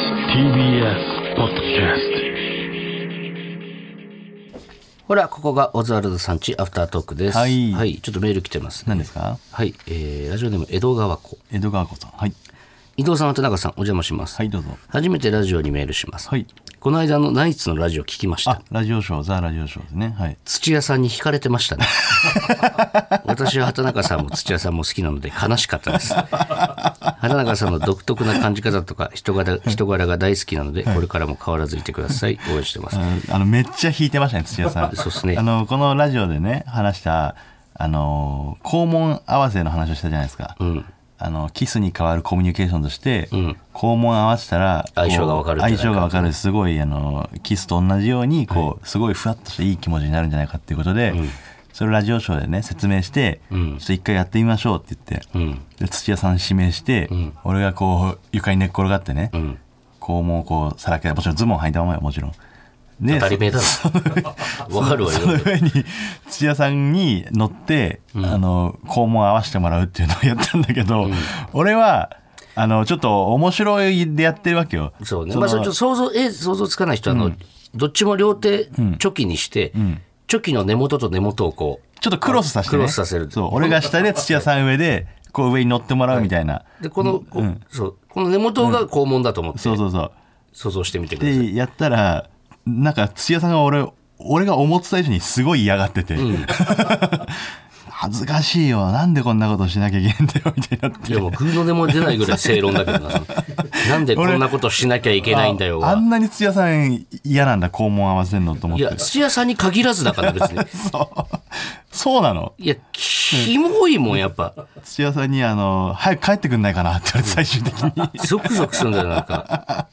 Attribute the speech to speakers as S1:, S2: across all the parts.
S1: TBS ポッドキャス
S2: ほら、ここがオズワルドさんちアフタートークです。
S3: はい
S2: ちょっとメール来てます、ね。
S3: 何ですか
S2: はい。えー、ラジオネーム、江戸川子。
S3: 江戸川子さん。はい。
S2: 伊藤さん、田中さん、お邪魔します。
S3: はい、どうぞ。
S2: 初めてラジオにメールします。
S3: はい。
S2: この間のナイツのラジオ聞きました
S3: あ。、ラジオショー、ザ・ラジオショーですね。はい。
S2: 土屋さんに惹かれてまし たね。私は畑中さんも土屋さんも好きなので悲しかっ たです。畑中さんの独特な感じ方とか人柄人柄が大好きなので、これからも変わらずいてください。応援してます。
S3: あの、めっちゃ弾いてましたね、土屋さん。
S2: そうっすね
S3: あの、このラジオでね、話した、あの、肛門合わせの話をしたじゃないですか。あの、キスに代わるコミュニケーションとして、肛門合わせたら、
S2: 相性がわかるんじゃない
S3: 相性
S2: か
S3: がわかる。すごい、あの、キスと同じように、こう、すごいふわっとしていい気持ちになるんじゃないかっていうことで、それをラジオショーでね、説明して、ちょっと一回やってみましょうって言って、
S2: うん。
S3: で土屋さん指名して、俺がこう床に寝っ転がってね、
S2: ん
S3: こうもうこうさらけもちろんズボン履いたままよもちろんで
S2: 当たり前だろ。わかるわよ
S3: そ。の上に土屋さんに乗って、あの肛門合わせてもらうっていうのをやったんだけど、俺はあのちょっと面白いでやってるわけよ
S2: そうね。
S3: の
S2: まあ、それちょっと想像、え、想像つかない人は、あの、どっちも両手チョキにして、チョキの根元と根元をこう、
S3: ちょっとクロスさせて、ね、
S2: クロスさせる
S3: そう俺が下で土屋さん上でこう上に乗ってもらうみたいな、
S2: で、この、こうそう、この根元が肛門だと思って
S3: そうそうそう
S2: 想像してみてください。
S3: でやったらなんか土屋さんが俺俺が思ってた以上にすごい嫌がってて、 恥ずかしいよなんでこんなことしなきゃいけないんだよみたいになって
S2: いやもうグーの音も出ないぐらい正論だけど な。なんでこんなことしなきゃいけないんだよ
S3: ああ
S2: は。
S3: んなに土屋さん嫌なんだ肛門合わせんのと思っ
S2: い
S3: て
S2: や、土屋さんに限らずだから別に。
S3: そう そうなの
S2: いや、キモいもんやっぱ。
S3: 土屋さんにあの「早く帰ってくんないかな」って言われて最終的に
S2: ゾクゾクするんだよなんか。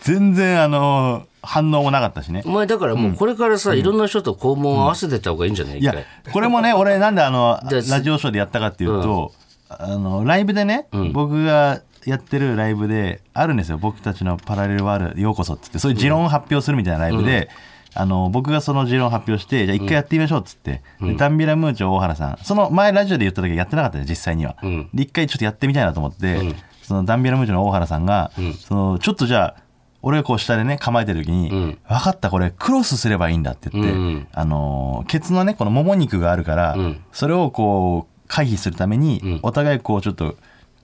S3: 全然あの反応もなかったしね
S2: お前だからもうこれからさ、いろんな人と肛門を合わせてった方がいいんじゃない
S3: い
S2: 一
S3: や
S2: 回。、
S3: これもね、俺なんであの、
S2: じゃあ
S3: ラジオショーでやったかっていうと、あの、ライブでね、僕がやってるライブで、あるんですよ。僕たちのパラレルワールドようこそっつって、そういう持論を発表するみたいなライブで、あの、僕がその持論を発表して、じゃあ一回やってみましょうっつって、でダンビラムーチョ大原さん、その前ラジオで言った時はやってなかったよ、実際には。
S2: ん
S3: で、一回ちょっとやってみたいなと思って、そのダンビラムーチョの大原さんが、その、ちょっとじゃあ、俺がこう下でね構えてる時に、分かったこれクロスすればいいんだって言って、
S2: うん
S3: あのーケツのねこのもも肉があるから、
S2: ん
S3: それをこう回避するために、お互いこうちょっと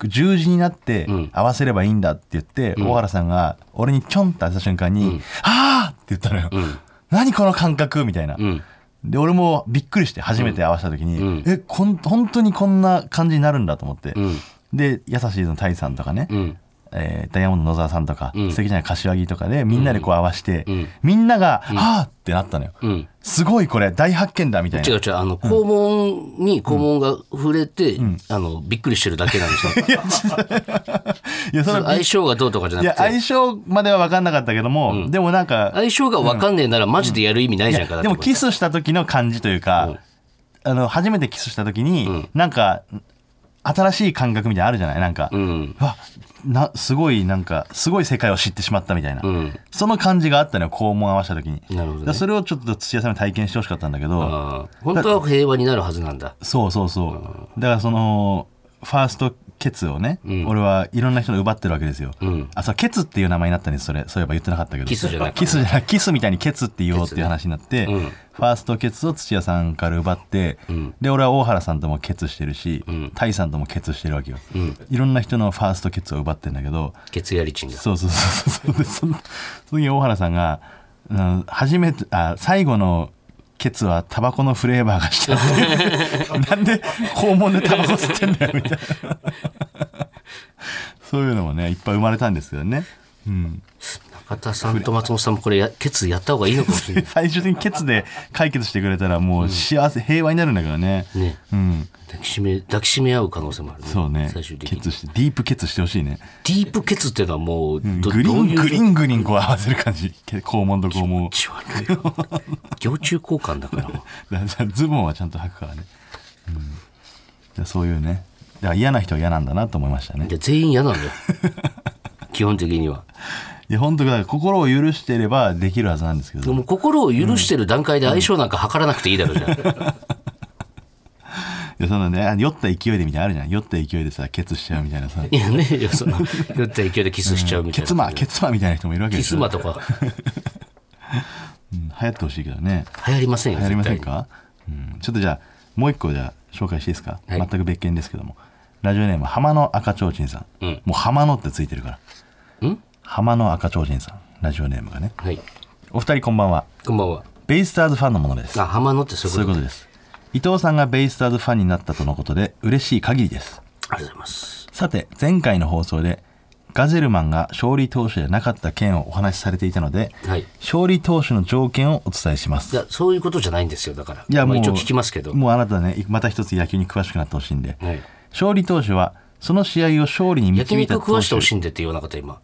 S3: 十字になって
S2: ん
S3: 合わせればいいんだって言って、大原さんが俺にちょんって当てた瞬間に「ああ!」って言ったのよ「何この感覚」みたいな。
S2: うん。
S3: で俺もびっくりして初めて合わせた時に、
S2: うん
S3: えこん本当にこんな感じになるんだと思って、
S2: うん。
S3: で優しいのタイさんとかね、
S2: うん。
S3: えーダイヤモンド野沢さんとか、
S2: ん
S3: 素敵な柏木とかでみんなでこう合わせて、
S2: ん
S3: みんなが「はあ!」ってなったのよ、
S2: うん。
S3: すごいこれ大発見だみたい
S2: 違う
S3: な。
S2: 違う、あの、肛門に肛門が触れて、あの、びっくりしてるだけなんです よ。
S3: いやそれ
S2: 相性がどうとかじゃ
S3: い
S2: な
S3: や
S2: くて、
S3: 相性までは分かんなかったけども、でもなんか
S2: 相性がわかんねえならマジでやる意味ないじゃんか。だって
S3: でも
S2: これ
S3: キスした時の感じというか、あの初めてキスした時に、なんか新しい感覚みたいなのあるじゃないなんか、
S2: うん。
S3: わなすごいなんかすごい世界を知ってしまったみたいな、
S2: うん。
S3: その感じがあったのよ肛門合わせた時に
S2: なるほどね
S3: だからそれをちょっと土屋さんに体験してほしかったんだけど、
S2: あー本当は平和になるはずなんだ。
S3: そうそうそうだからそのファーストケツをね、俺はいろんな人の奪ってるわけですよ、
S2: ん
S3: あそうケツっていう名前になったんですそれそういえば言ってなかったけど
S2: キスじゃなくて
S3: キスじゃないキスみたいにケツって言おうっていう話になって、
S2: うん
S3: ファーストケツを土屋さんから奪って、
S2: ん
S3: で俺は大原さんともケツしてるし、
S2: ん
S3: タイさんともケツしてるわけよ、
S2: ん
S3: いろんな人のファーストケツを奪ってんだけど
S2: 血やりチンが。
S3: そうそうそうそうでそのその時大原さんがうん初めてあ最後のケツはタバコのフレーバーがしたっていうなんで肛門でタバコ吸ってんだよみたいなそういうのもねいっぱい生まれたんですけどね、うん、
S2: 中田さんと松本さんもこれや、ケツやった方がいいのかもしれ ない。
S3: 最終的にケツで解決してくれたらもう幸せ平和になるんだからね
S2: ね。
S3: うん
S2: 抱きしめ、抱きしめ合う可能性もあるね。
S3: そうね
S2: 最終的
S3: ケ
S2: に。デ
S3: ツしてディープケツしてほしいね
S2: ィープケツっていうのはもう、ど
S3: グリ
S2: ど
S3: ー
S2: う
S3: ング
S2: い
S3: リ
S2: う。
S3: ーングリーンこう合わせる感じけ肛門と肛門を
S2: 気持ち悪い よ行中交換だから。
S3: だから ズボンはちゃんと履くからね、うん、でそういうねだから嫌な人は嫌なんだなと思いましたね
S2: いや全員 嫌なんだよ。基本的には。
S3: いや本当だから心を許していればできるはずなんですけ
S2: で
S3: ど
S2: も心を許してる段階で相性なんか測らなくていいだろうじゃ
S3: い
S2: ん。
S3: やでそのねあ酔った勢いでみたいなのあるじゃん酔った勢いでさケツしちゃうみたいなさ
S2: いやね、いやその、酔った勢いでキスしちゃうみた
S3: ケ
S2: いな。
S3: ツマケツマみたいな人もいるわけ
S2: キ
S3: でし
S2: ス
S3: ょ、
S2: マ
S3: う
S2: とか
S3: ん、流行ってほしいけどね
S2: 流行りませんよ、
S3: 流行りません
S2: 絶
S3: か、うん、ちょっとじゃあもう一個じゃあ紹介していいですか、
S2: はい
S3: 全く別件ですけどもラジオネーム浜野赤ちょうちんさん、
S2: うん
S3: もう浜野ってついてるから
S2: 対にん
S3: 浜野赤ちょうちんさんラジオネームがね
S2: はい。
S3: お二人こんばんは
S2: こんばんは。
S3: ベイスターズファンのものです
S2: あ、浜野ってそういう
S3: そういう
S2: こと
S3: ことです伊藤さんがベイスターズファンになったとのことで嬉しい限りです
S2: ありがとうございます。
S3: さて前回の放送でガゼルマンが勝利投手でなかった件をお話しされていたので
S2: はい。
S3: 勝利投手の条件をお伝えしま
S2: い
S3: す
S2: や、そういうことじゃないんですよ、だから。
S3: いやも
S2: まあ
S3: う
S2: 一応聞きますけど。
S3: もうあなたねまた一つ野球に詳しくなってほしいんで
S2: はい。
S3: 勝利投手はその試合を勝利に導
S2: 焼
S3: い
S2: 肉
S3: た
S2: 食
S3: 投
S2: わして
S3: 手
S2: ほしいんでって言わなかった、今。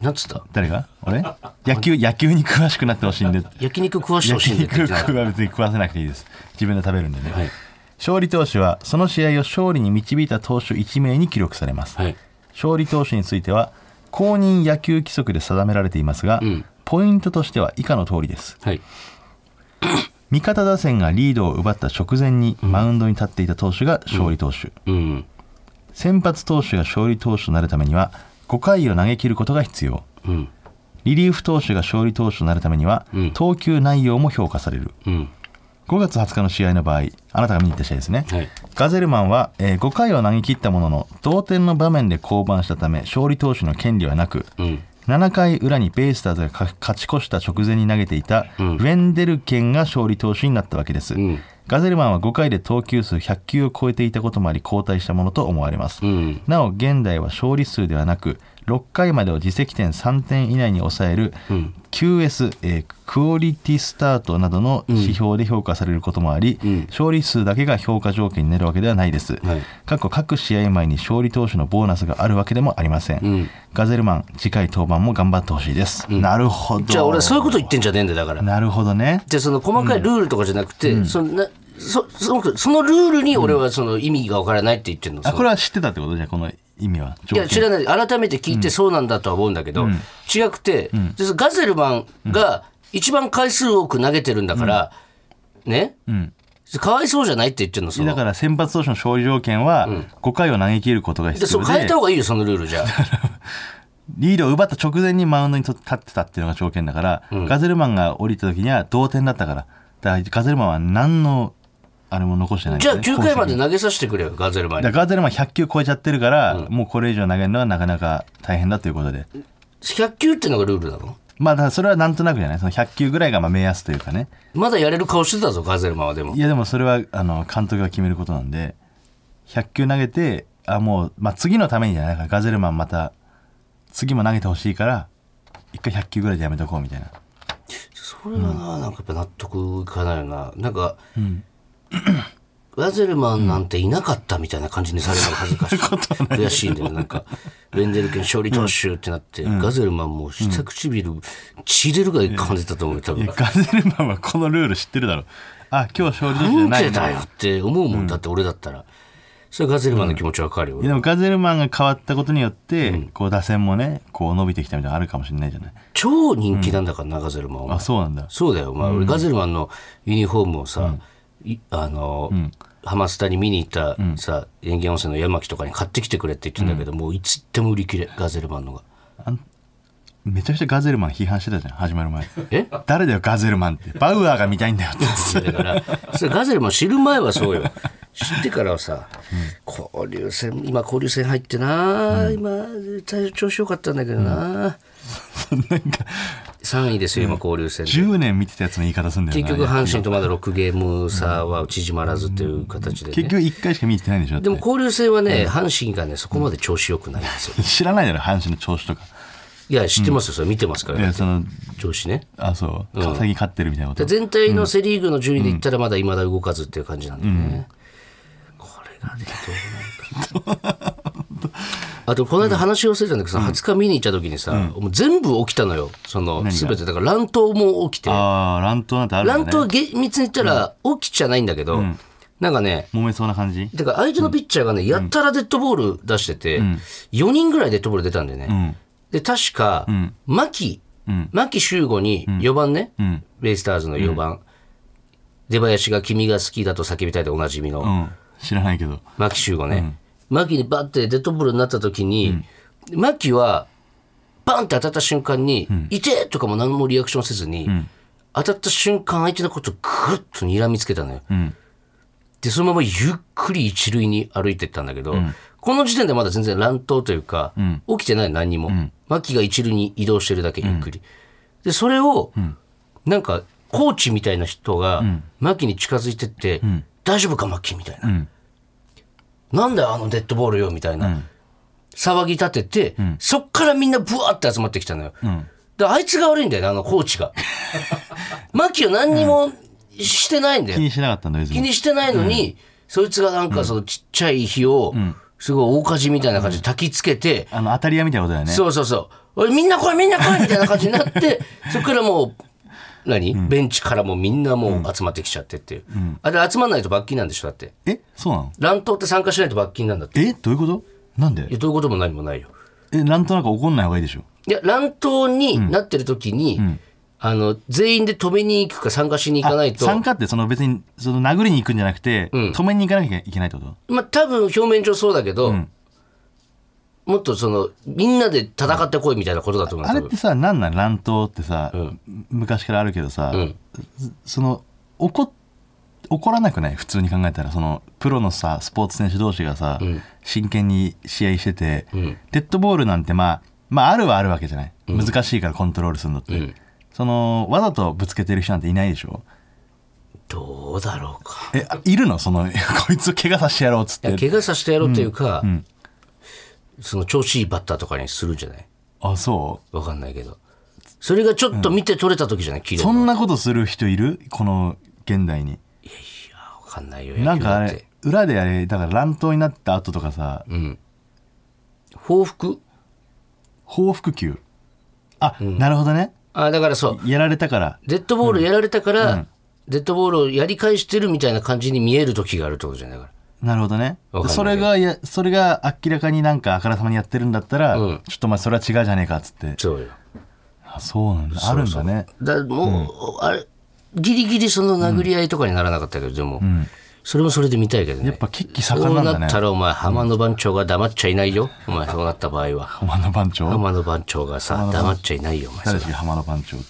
S2: なんつった
S3: 誰が俺野球野球に詳しくなってほしい んで
S2: 焼肉食わしてほし
S3: 焼
S2: いんでって言
S3: 肉
S2: ってなかった
S3: は別に食わせなくていいです自分で食べるんでね、
S2: はい
S3: 勝利投手はその試合を勝利に導いた投手1名に記録されます、
S2: はい。
S3: 勝利投手については公認野球規則で定められていますが、
S2: ん
S3: ポイントとしては以下の通りです
S2: はい。
S3: 味方打線がリードを奪った直前にマウンドに立っていた投手が勝利投手、
S2: うん。
S3: 先発投手が勝利投手となるためには5回を投げ切ることが必要
S2: うん。
S3: リリーフ投手が勝利投手となるためには、
S2: うん
S3: 投球内容も評価される
S2: うん。
S3: 5月20日の試合の場合あなたが見に行った試合ですね、
S2: はい
S3: ガゼルマンは、え5回を投げ切ったものの同点の場面で降板したため勝利投手の権利はなく
S2: うん。
S3: 7回裏にベイスターズが勝勝ち越した直前に投げていたウ
S2: ん
S3: ェンデルケンが勝利投手になったわけです、
S2: ん
S3: ガゼルマンは5回で投球数100球を超えていたこともあり交代したものと思われます、
S2: うん。
S3: なお現代は勝利数ではなく6回までを自責点3点以内に抑える QS、えークオリティスタートなどの指標で評価されることもあり、
S2: うん
S3: 勝利数だけが評価条件になるわけではないです、
S2: はい
S3: 過去各試合前に勝利投手のボーナスがあるわけでもありません、
S2: ん
S3: ガゼルマン次回登板も頑張ってほしいです、なるほど
S2: じゃあ俺はそういうこと言ってんじゃねえんだよ、だから。
S3: なるほどね
S2: じゃあその細かいルールとかじゃなくて、そんな、そ、その、そのルールに俺はその意味がわからないって言ってるの。
S3: あ
S2: その
S3: これは知ってたってことじゃあこの意味は条
S2: いや、
S3: 件
S2: 知らない。改めて聞いてそうなんだとは思うんだけど、違くて、でガゼルマンが一番回数多く投げてるんだから、ね、
S3: ん
S2: かわいそうじゃないって言ってるの、そ
S3: だ
S2: の。
S3: から先発投手の勝利条件は5回を投げ切ることが必
S2: で
S3: 要で、
S2: そう変えた方がいいよ、そのルールじゃあ。
S3: リードを奪った直前にマウンドに立ってたっていうのが条件だから、ガゼルマンが降りた時には同点だったからだからガゼルマンは何のあれも残してないん
S2: じ
S3: だ
S2: ゃあ
S3: よね
S2: 9回まで投げさせてくれよ、ガゼルマン
S3: だ
S2: に。
S3: からガゼルマン100球超えちゃってるから、もうこれ以上投げるのはなかなか大変だということで
S2: 100球ってのがルールなの
S3: まあだからそれはなんとなくじゃないその100球ぐらいがまあ目安というかね
S2: まだやれる顔してたぞ、ガゼルマンはでも
S3: い。やでもそれはあの監督が決めることなんで100球投げてあもう、まあ、次のためにじゃないだからガゼルマンまた次も投げてほしいから一回100球ぐらいでやめとこうみたいな
S2: それはな、なんかやっぱ納得いかないよな。なんか、 ガゼルマンなんていなかったみたいな感じにされるのが恥ず かしい。悔しいんだよ。なんか、レンデルケン勝利投手ってなって、ガゼルマンもう下唇、血出るぐらい噛んでたと思うよ、多
S3: い
S2: 分
S3: や。ガゼルマンはこのルール知ってるだろあ今日勝利投手じゃ
S2: な
S3: なん
S2: で
S3: いな
S2: だ
S3: い
S2: よって思うもんだって俺だったら。それはガゼルマンの気持ちわかるよ。
S3: やでもガゼルマンが変わったことによって、こう打線もねこう伸びてきたみたいなのあるかもしれないじゃない
S2: 超人気なんだからな、ガゼルマンは
S3: あ。そうなんだ
S2: そうだよ、お前俺ガゼルマンのユニフォームをさ、いあの、ハマスタに見に行ったさ、園芸温泉の山木とかに買ってきてくれって言ってんだけど、もういつ行っても売り切れ、ガゼルマンのが。
S3: めちゃくちゃガゼルマン批判してたじゃん始まる前
S2: え
S3: 誰だよガゼルマンってバウアーが見たいんだよって
S2: だから、それガゼルマン知る前はそうよ。知ってからはさ、交流戦、今交流戦入ってな、今、最初調子良かったんだけどな、
S3: なんか
S2: 3位ですよ、今交流戦で。
S3: 10年見てたやつの言い方すんだよな
S2: 結局、阪神とまだ6ゲーム差は縮まらずという形で、ね。
S3: 結局1回しか見に行ってないんでしょだって
S2: でも交流戦はね、阪神がね、そこまで調子良くないんですよ。
S3: 知らないだろ阪神の調子とか
S2: いや、知ってますよ、それ見てますか
S3: い
S2: ら、
S3: やその
S2: 調子ね。
S3: あそう、最近勝ってるみたいなこ
S2: で
S3: と
S2: 全体のセ・リーグの順位で言ったら、まだいまだ動かずっていう感じなんでね。これがね、どうなるか。あと、この間話を忘れたんだけどさ、20日見に行った時にさ、もう全部起きたのよ、その、すべて。だから乱闘も起きて、
S3: ああ乱闘なんてあるんだね
S2: 乱闘厳密に言ったら起きちゃないんだけど、なんかね、
S3: 揉めそうな感じ
S2: だから相手のピッチャーがね、やったらデッドボール出してて、4人ぐらいデッドボール出たんだよね。
S3: うん
S2: で、確か、牧、
S3: ん
S2: 牧秀悟に4番ね、
S3: ん
S2: ベイスターズの4番、出囃子が君が好きだと叫びたいでおなじみの、
S3: うん知らないけど
S2: 牧秀悟ね、牧にバッてデッドボールになった時に、牧はバンって当たった瞬間に「痛え!」とかも何もリアクションせずに、当たった瞬間相手のことをグッと睨みつけたのよ、
S3: ん
S2: でそのままゆっくり一塁に歩いてったんだけど、この時点でまだ全然乱闘というか、起きてない何にも、牧が一塁に移動してるだけゆっくり、でそれを、なんかコーチみたいな人が牧に近づいてって「大丈夫か牧」みたいな「
S3: ん
S2: なんだよあのデッドボールよ」みたいな、騒ぎ立てて、そっからみんなブワーって集まってきたのよ。であいつが悪いんだよね、あのコーチ が。マキは何にもしてないんだよ。
S3: 気にしなかったんだよ
S2: 気にしてないのに、そいつがなんかそのちっちゃい火を、すごい大火事みたいな感じで焚きつけて、
S3: あの当たり屋みたいなことだよね
S2: そうそうそう。おい、みんな来い、みんな来いみたいな感じにな って、そこからもう、何、ベンチからもうみんなもう集まってきちゃってっていう。あれ集まんないと罰金なんでしょだって。
S3: えそうなの
S2: 乱闘って参加しないと罰金なんだって。
S3: えどういうことなん
S2: いや
S3: で
S2: どういうことも何もないよ。
S3: えなんとなく怒んない方がいいでしょ
S2: いや乱闘になってる時に、あの全員で止めに行くか参加しに行かないと
S3: 参加ってその別にその殴りに行くんじゃなくて、止めに行かなきゃいけないってこと
S2: まあ多分表面上そうだけど、
S3: ん
S2: もっとそのみんなで戦ってこいみたいなことだと思う
S3: あれってさ何なん乱闘ってさ、
S2: ん
S3: 昔からあるけどさ、
S2: ん
S3: その怒っ怒らなくない普通に考えたらそのプロのさスポーツ選手同士がさ、真剣に試合してて、
S2: ん
S3: デッドボールなんてまあまああるはあるわけじゃない難しいからコントロールするのって、
S2: うん
S3: そのわざとぶつけてる人なんていないでしょ
S2: どうだろうか
S3: えあいるのその こいつを怪我させてやろうっつっ
S2: いや
S3: て
S2: 怪我させてやろうというか、その調子いいバッターとかにするんじゃない
S3: あそ
S2: わかんないけどそれがちょっと見て取れた時じゃない、綺
S3: う
S2: 麗
S3: そ
S2: わ
S3: んなことする人いるこの現代に
S2: かんないよ
S3: な
S2: 野
S3: ん
S2: 球
S3: かあ
S2: だっ
S3: れ
S2: て
S3: 裏であれだから乱闘になった後とかさ、
S2: 報復
S3: 報復球あ、なるほどね
S2: あだからそう
S3: やられたから
S2: デッドボールやられたから、デッドボールをやり返してるみたいな感じに見える時があるってことじゃないだか
S3: なるほどね
S2: わかんないけど
S3: それがいやそれが明らかになんかあからさまにやってるんだったら、
S2: うん
S3: ちょっとお前それは違うじゃねえかっつって
S2: ら。そうよ。
S3: あそうなんだあるんだね
S2: だもう、あれ、ギリギリその殴り合いとかにならなかったけど、でも、それもそれで見たいけどね。
S3: やっぱ血気盛んなん
S2: そ
S3: だ
S2: うな
S3: ね
S2: ったらお前、浜野番長が黙っちゃいないよ。お前、そうなった場合は。
S3: 浜野番長
S2: 浜野番長がさ、黙っちゃいないよ、お前
S3: 誰でしたっけ浜野番長って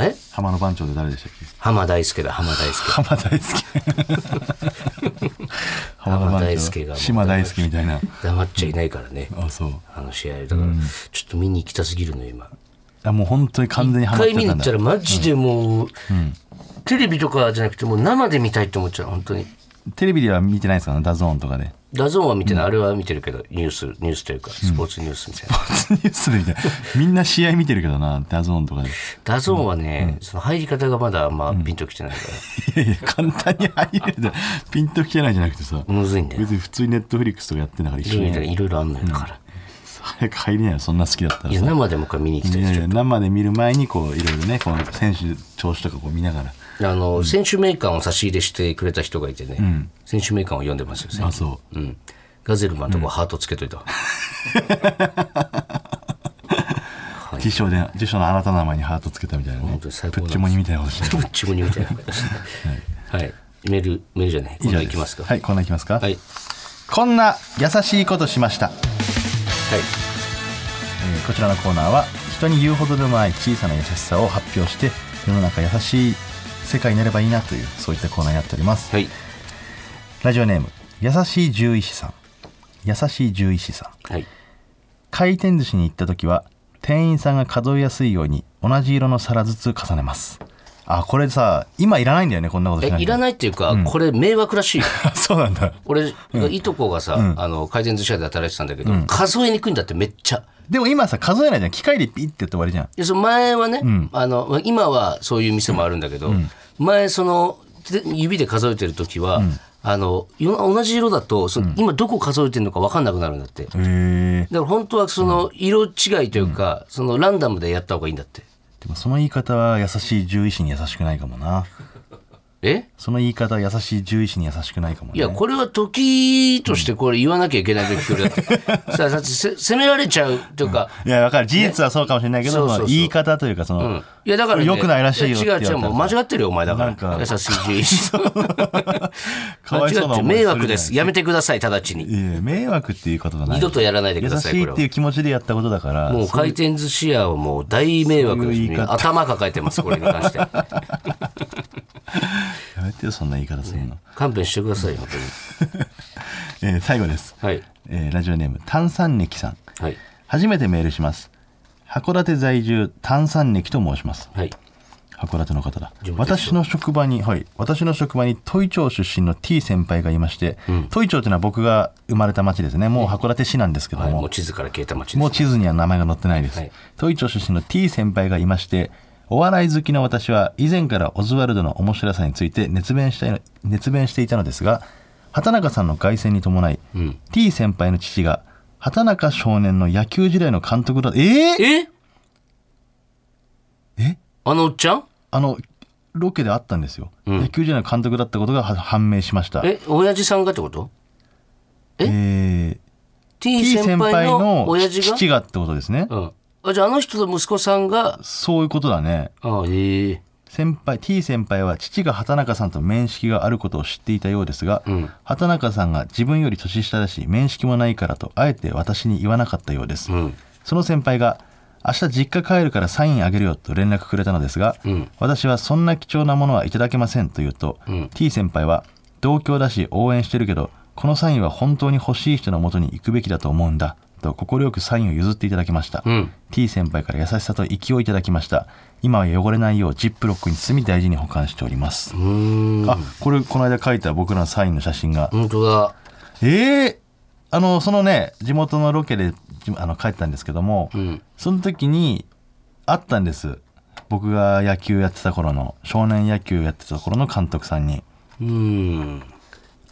S2: え
S3: 浜野番長って誰でしたっけ
S2: 浜大輔だ、浜大輔。
S3: 浜大輔浜野
S2: 浜
S3: 番
S2: 大輔
S3: 長
S2: がもう
S3: 島大輔みたいな
S2: 黙っちゃいないからね、
S3: あそう
S2: あの試合だから、ちょっと見に行きたすぎるの、今。
S3: あもう本当に完全にハ
S2: 一
S3: マっ
S2: 回見
S3: て
S2: に
S3: たん
S2: 行っ
S3: だ
S2: たらマジでもう、テレビとかじゃなくてもう生で見たいって思っちゃう本当に
S3: テレビでは見てないですからねダゾーンとかで
S2: ダゾーンは見てない、あれは見てるけどニュースニュースというかスポーツニュースみたいな、
S3: ニュースで見てみんな試合見てるけどなダゾーンとかで
S2: ダゾーンはね、その入り方がまだあんまピンときてないから、
S3: いやいや、簡単に入れるじゃんピンときてないじゃなくてさ、
S2: むずいんだよ
S3: 別に普通にネットフリックスとかやってんだから一緒に
S2: いろいろあんのよだから、
S3: 早く入りなよ、そんな好きだった
S2: い
S3: ら
S2: や
S3: さ。
S2: 生でもう一回見に行きたい
S3: い
S2: で
S3: や
S2: す
S3: い
S2: よ
S3: や生で見る前にこういろいろねこの選手調子とかこう見ながら
S2: あの、選手名鑑を差し入れしてくれた人がいてね、選手名鑑を読んでますよ
S3: あ
S2: 先生
S3: そ
S2: うんガゼルマンとこハートつけといたわ、
S3: う辞書で辞書のあなたの名前にハートつけたみたいなね
S2: 本
S3: プ
S2: 当に最高な
S3: ッ
S2: んです
S3: チモニみたいなことして
S2: どっちもにみたいな感じですねはいメールメールじゃない
S3: 以上
S2: 今度
S3: で
S2: いきますか
S3: はいこんなんいきますか、
S2: はい
S3: こんな優しいことしました
S2: はい
S3: えーこちらのコーナーは人に言うほどでもない小さな優しさを発表して世の中優しい世界になればいいなというそういったコーナーになっております、
S2: はい
S3: ラジオネーム優しい獣医師さん優しい獣医師さん
S2: はい
S3: 回転寿司に行った時は店員さんが数えやすいように同じ色の皿ずつ重ねますあこれさ今いらないんだよねこんなことし
S2: え
S3: ない
S2: いら
S3: い
S2: ないっていうか、これ迷惑らしいよ
S3: そうなんだ
S2: 俺、いとこがさ、あの回転寿司屋で働いてたんだけど、数えにくいんだってめっちゃ
S3: でも今さ数えないじゃん機械でピッてやって終わりじゃん
S2: でその前はね、あのまあ今はそういう店もあるんだけど、前そので指で数えてる時は、あのよ同じ色だとその、今どこ数えてるのか分かんなくなるんだってだか
S3: へえ
S2: ら本当はその色違いというか、そのランダムでやった方がいいんだって
S3: でもその言い方は優しい獣医師に優しくないかもな
S2: え
S3: その言い方は優しい獣医師に優しくないかもね
S2: いや、これは時としてこれ言わなきゃいけない時これだって。 さあ、だってせ責められちゃうというか、
S3: いやわかる事実はそうかもしれないけど、
S2: そうそう
S3: そ
S2: そう
S3: の言い方というかその、
S2: うんいやだから、ね、
S3: 良くないらしいよって言
S2: や
S3: わ
S2: 違う
S3: れ
S2: 違
S3: た
S2: う、
S3: ら
S2: もう間違ってるよ、お前だから。
S3: なんか
S2: 優しい獣医師。
S3: か
S2: 間
S3: わい
S2: 違
S3: そう
S2: っ
S3: な思
S2: て
S3: いするじ
S2: 迷
S3: ゃない
S2: 惑です。やめてください、直ちに。
S3: いや迷惑っていうことがない
S2: 二度とやらないでください
S3: 優しい
S2: こ
S3: っ
S2: れは
S3: ていう気持ちでやったことだから
S2: もう
S3: そう
S2: 回転寿司屋はもう大迷惑です
S3: そういう言い方
S2: 頭抱えてます、これに関 して。
S3: やめてよそんな言い方するの、
S2: 勘弁してくださいよ、本
S3: えー最後です、
S2: 当に。はい。
S3: えーラジオネーム炭酸ネキさん
S2: はい。
S3: 初めてメールします函館在住炭酸ネキと申します
S2: はい。
S3: 函館の方だ
S2: 地元一緒
S3: 私の職場にはい私の職場に都井町出身の T 先輩がいまして、都井町というのは僕が生まれた町ですねもう函館市なんですけど
S2: はい、
S3: も、
S2: もう地図から消えた町です。
S3: もう地図には名前が載ってないです、
S2: はい
S3: 都井町出身の T 先輩がいましてお笑い好きの私は以前からオズワルドの面白さについて熱弁したいの熱弁していたのですが畑中さんの凱旋に伴い、T 先輩の父が畑中少年の野球時代の監督だえー、
S2: え
S3: え
S2: あのおっちゃん
S3: あのロケであったんですよ、野球時代の監督だったことがは判明しました
S2: え、親父さんがってこと
S3: えー
S2: ?T
S3: T 先
S2: 先
S3: 輩
S2: 輩の
S3: の
S2: 親父が
S3: 父がってことですね、
S2: うん。あ、じゃああの人の息子さんが、
S3: そういうことだね
S2: あええ
S3: 先輩 T 先輩は父が畑中さんと面識があることを知っていたようですが、畑中さんが自分より年下だし面識もないからとあえて私に言わなかったようです、その先輩が明日実家帰るからサインあげるよと連絡くれたのですが、私はそんな貴重なものはいただけませんと言うと、T 先輩は同郷だし応援してるけどこのサインは本当に欲しい人のもとに行くべきだと思うんだと快くサインを譲っていただきました、T 先輩から優しさと勢いをいただきました今は汚れないようジップロックに包み大事に保管しております
S2: うーん。
S3: あこれこの間書いた僕らのサインの写真が、
S2: 本当だ。
S3: ええあのそのね地元のロケでじあの帰ったんですけども、
S2: ん
S3: その時にあったんです僕が野球やってた頃の少年野球やってた頃の監督さんに
S2: うーん。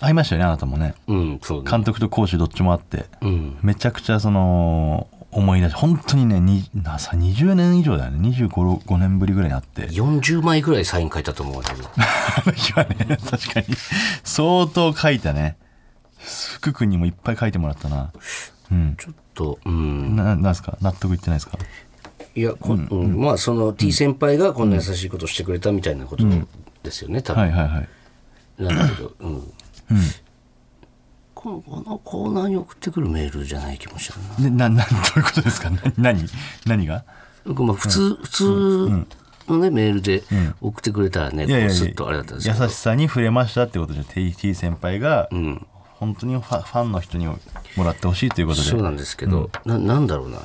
S3: 会いましたよねあなたもね
S2: うん、そうだ、ね。
S3: 監督とコーチどっちもあって、
S2: うん。
S3: めちゃくちゃその思い出し本当にねになさ20年以上だよね25年ぶりぐらいに会って
S2: 40枚ぐらいサイン書いたと思うわ、多分
S3: あの日はね確かに相当書いたね福君にもいっぱい書いてもらったなうん
S2: ちょっと、うん。
S3: ななんですか納得いってないですか
S2: いや、こうんまあ、その T 先輩がこんな優しいことしてくれたみたいなことですよね、多分。
S3: はいはいはい
S2: なんだけど、うん。このこのコーナーに送ってくるメールじゃない気もしたな。
S3: でななどういうことですかな何何が
S2: 僕まあ普通、普通のね、メールで送ってくれたらね、こうスッとあれだったんですけど
S3: 優しさに触れましたってことで TT 先輩が、本当にファファンの人にもらってほしいということ
S2: そう
S3: で
S2: なんですけど、ななんだろうな、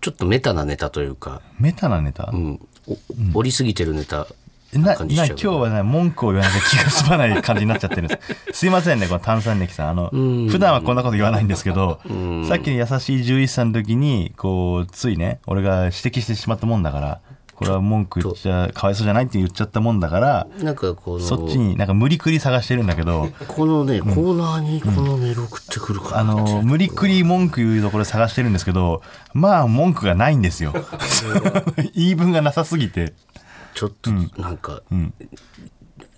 S2: ちょっとメタなネタというか、
S3: メタなネタ、
S2: うん、お折りすぎてるネタ
S3: な
S2: 感じしち
S3: な
S2: ゃう
S3: 今日はね文句を言わなきゃ気が済まない感じになっちゃってるんです すいませんねこの炭酸歴さんあの普段はこんなこと言わないんですけどさっきの優しい獣医師さんの時にこうついね俺が指摘してしまったもんだからこれは文句言っちゃかわいそうじゃないって言っちゃったもんだから
S2: なんかこ
S3: そっち
S2: の
S3: になんか無理くり探してるんだけど
S2: このねコーナーにこのメール送ってくるか
S3: あ
S2: ら、
S3: の無理くり文句言うところ探してるんですけどまあ文句がないんです よ言い分がなさすぎて
S2: ちょっとなんか、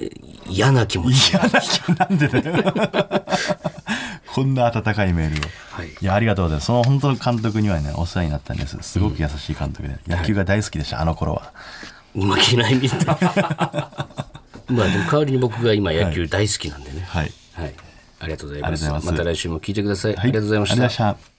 S2: え嫌な気持ち、
S3: 嫌な気分なんでだよこんな温かいメールを。
S2: はい、
S3: いやありがとうございますその本当の監督にはねお世話になったんですすごく優しい監督で、野球が大好きでしたあの頃は
S2: 今着ないみた いなまあでも代わりに僕が今野球大好きなんでね
S3: はい
S2: はい、ありがとうございま
S3: ありがとう
S2: す
S3: ございます
S2: また来週も聞いてください、
S3: は
S2: ありがとうございました
S3: ありがとうございました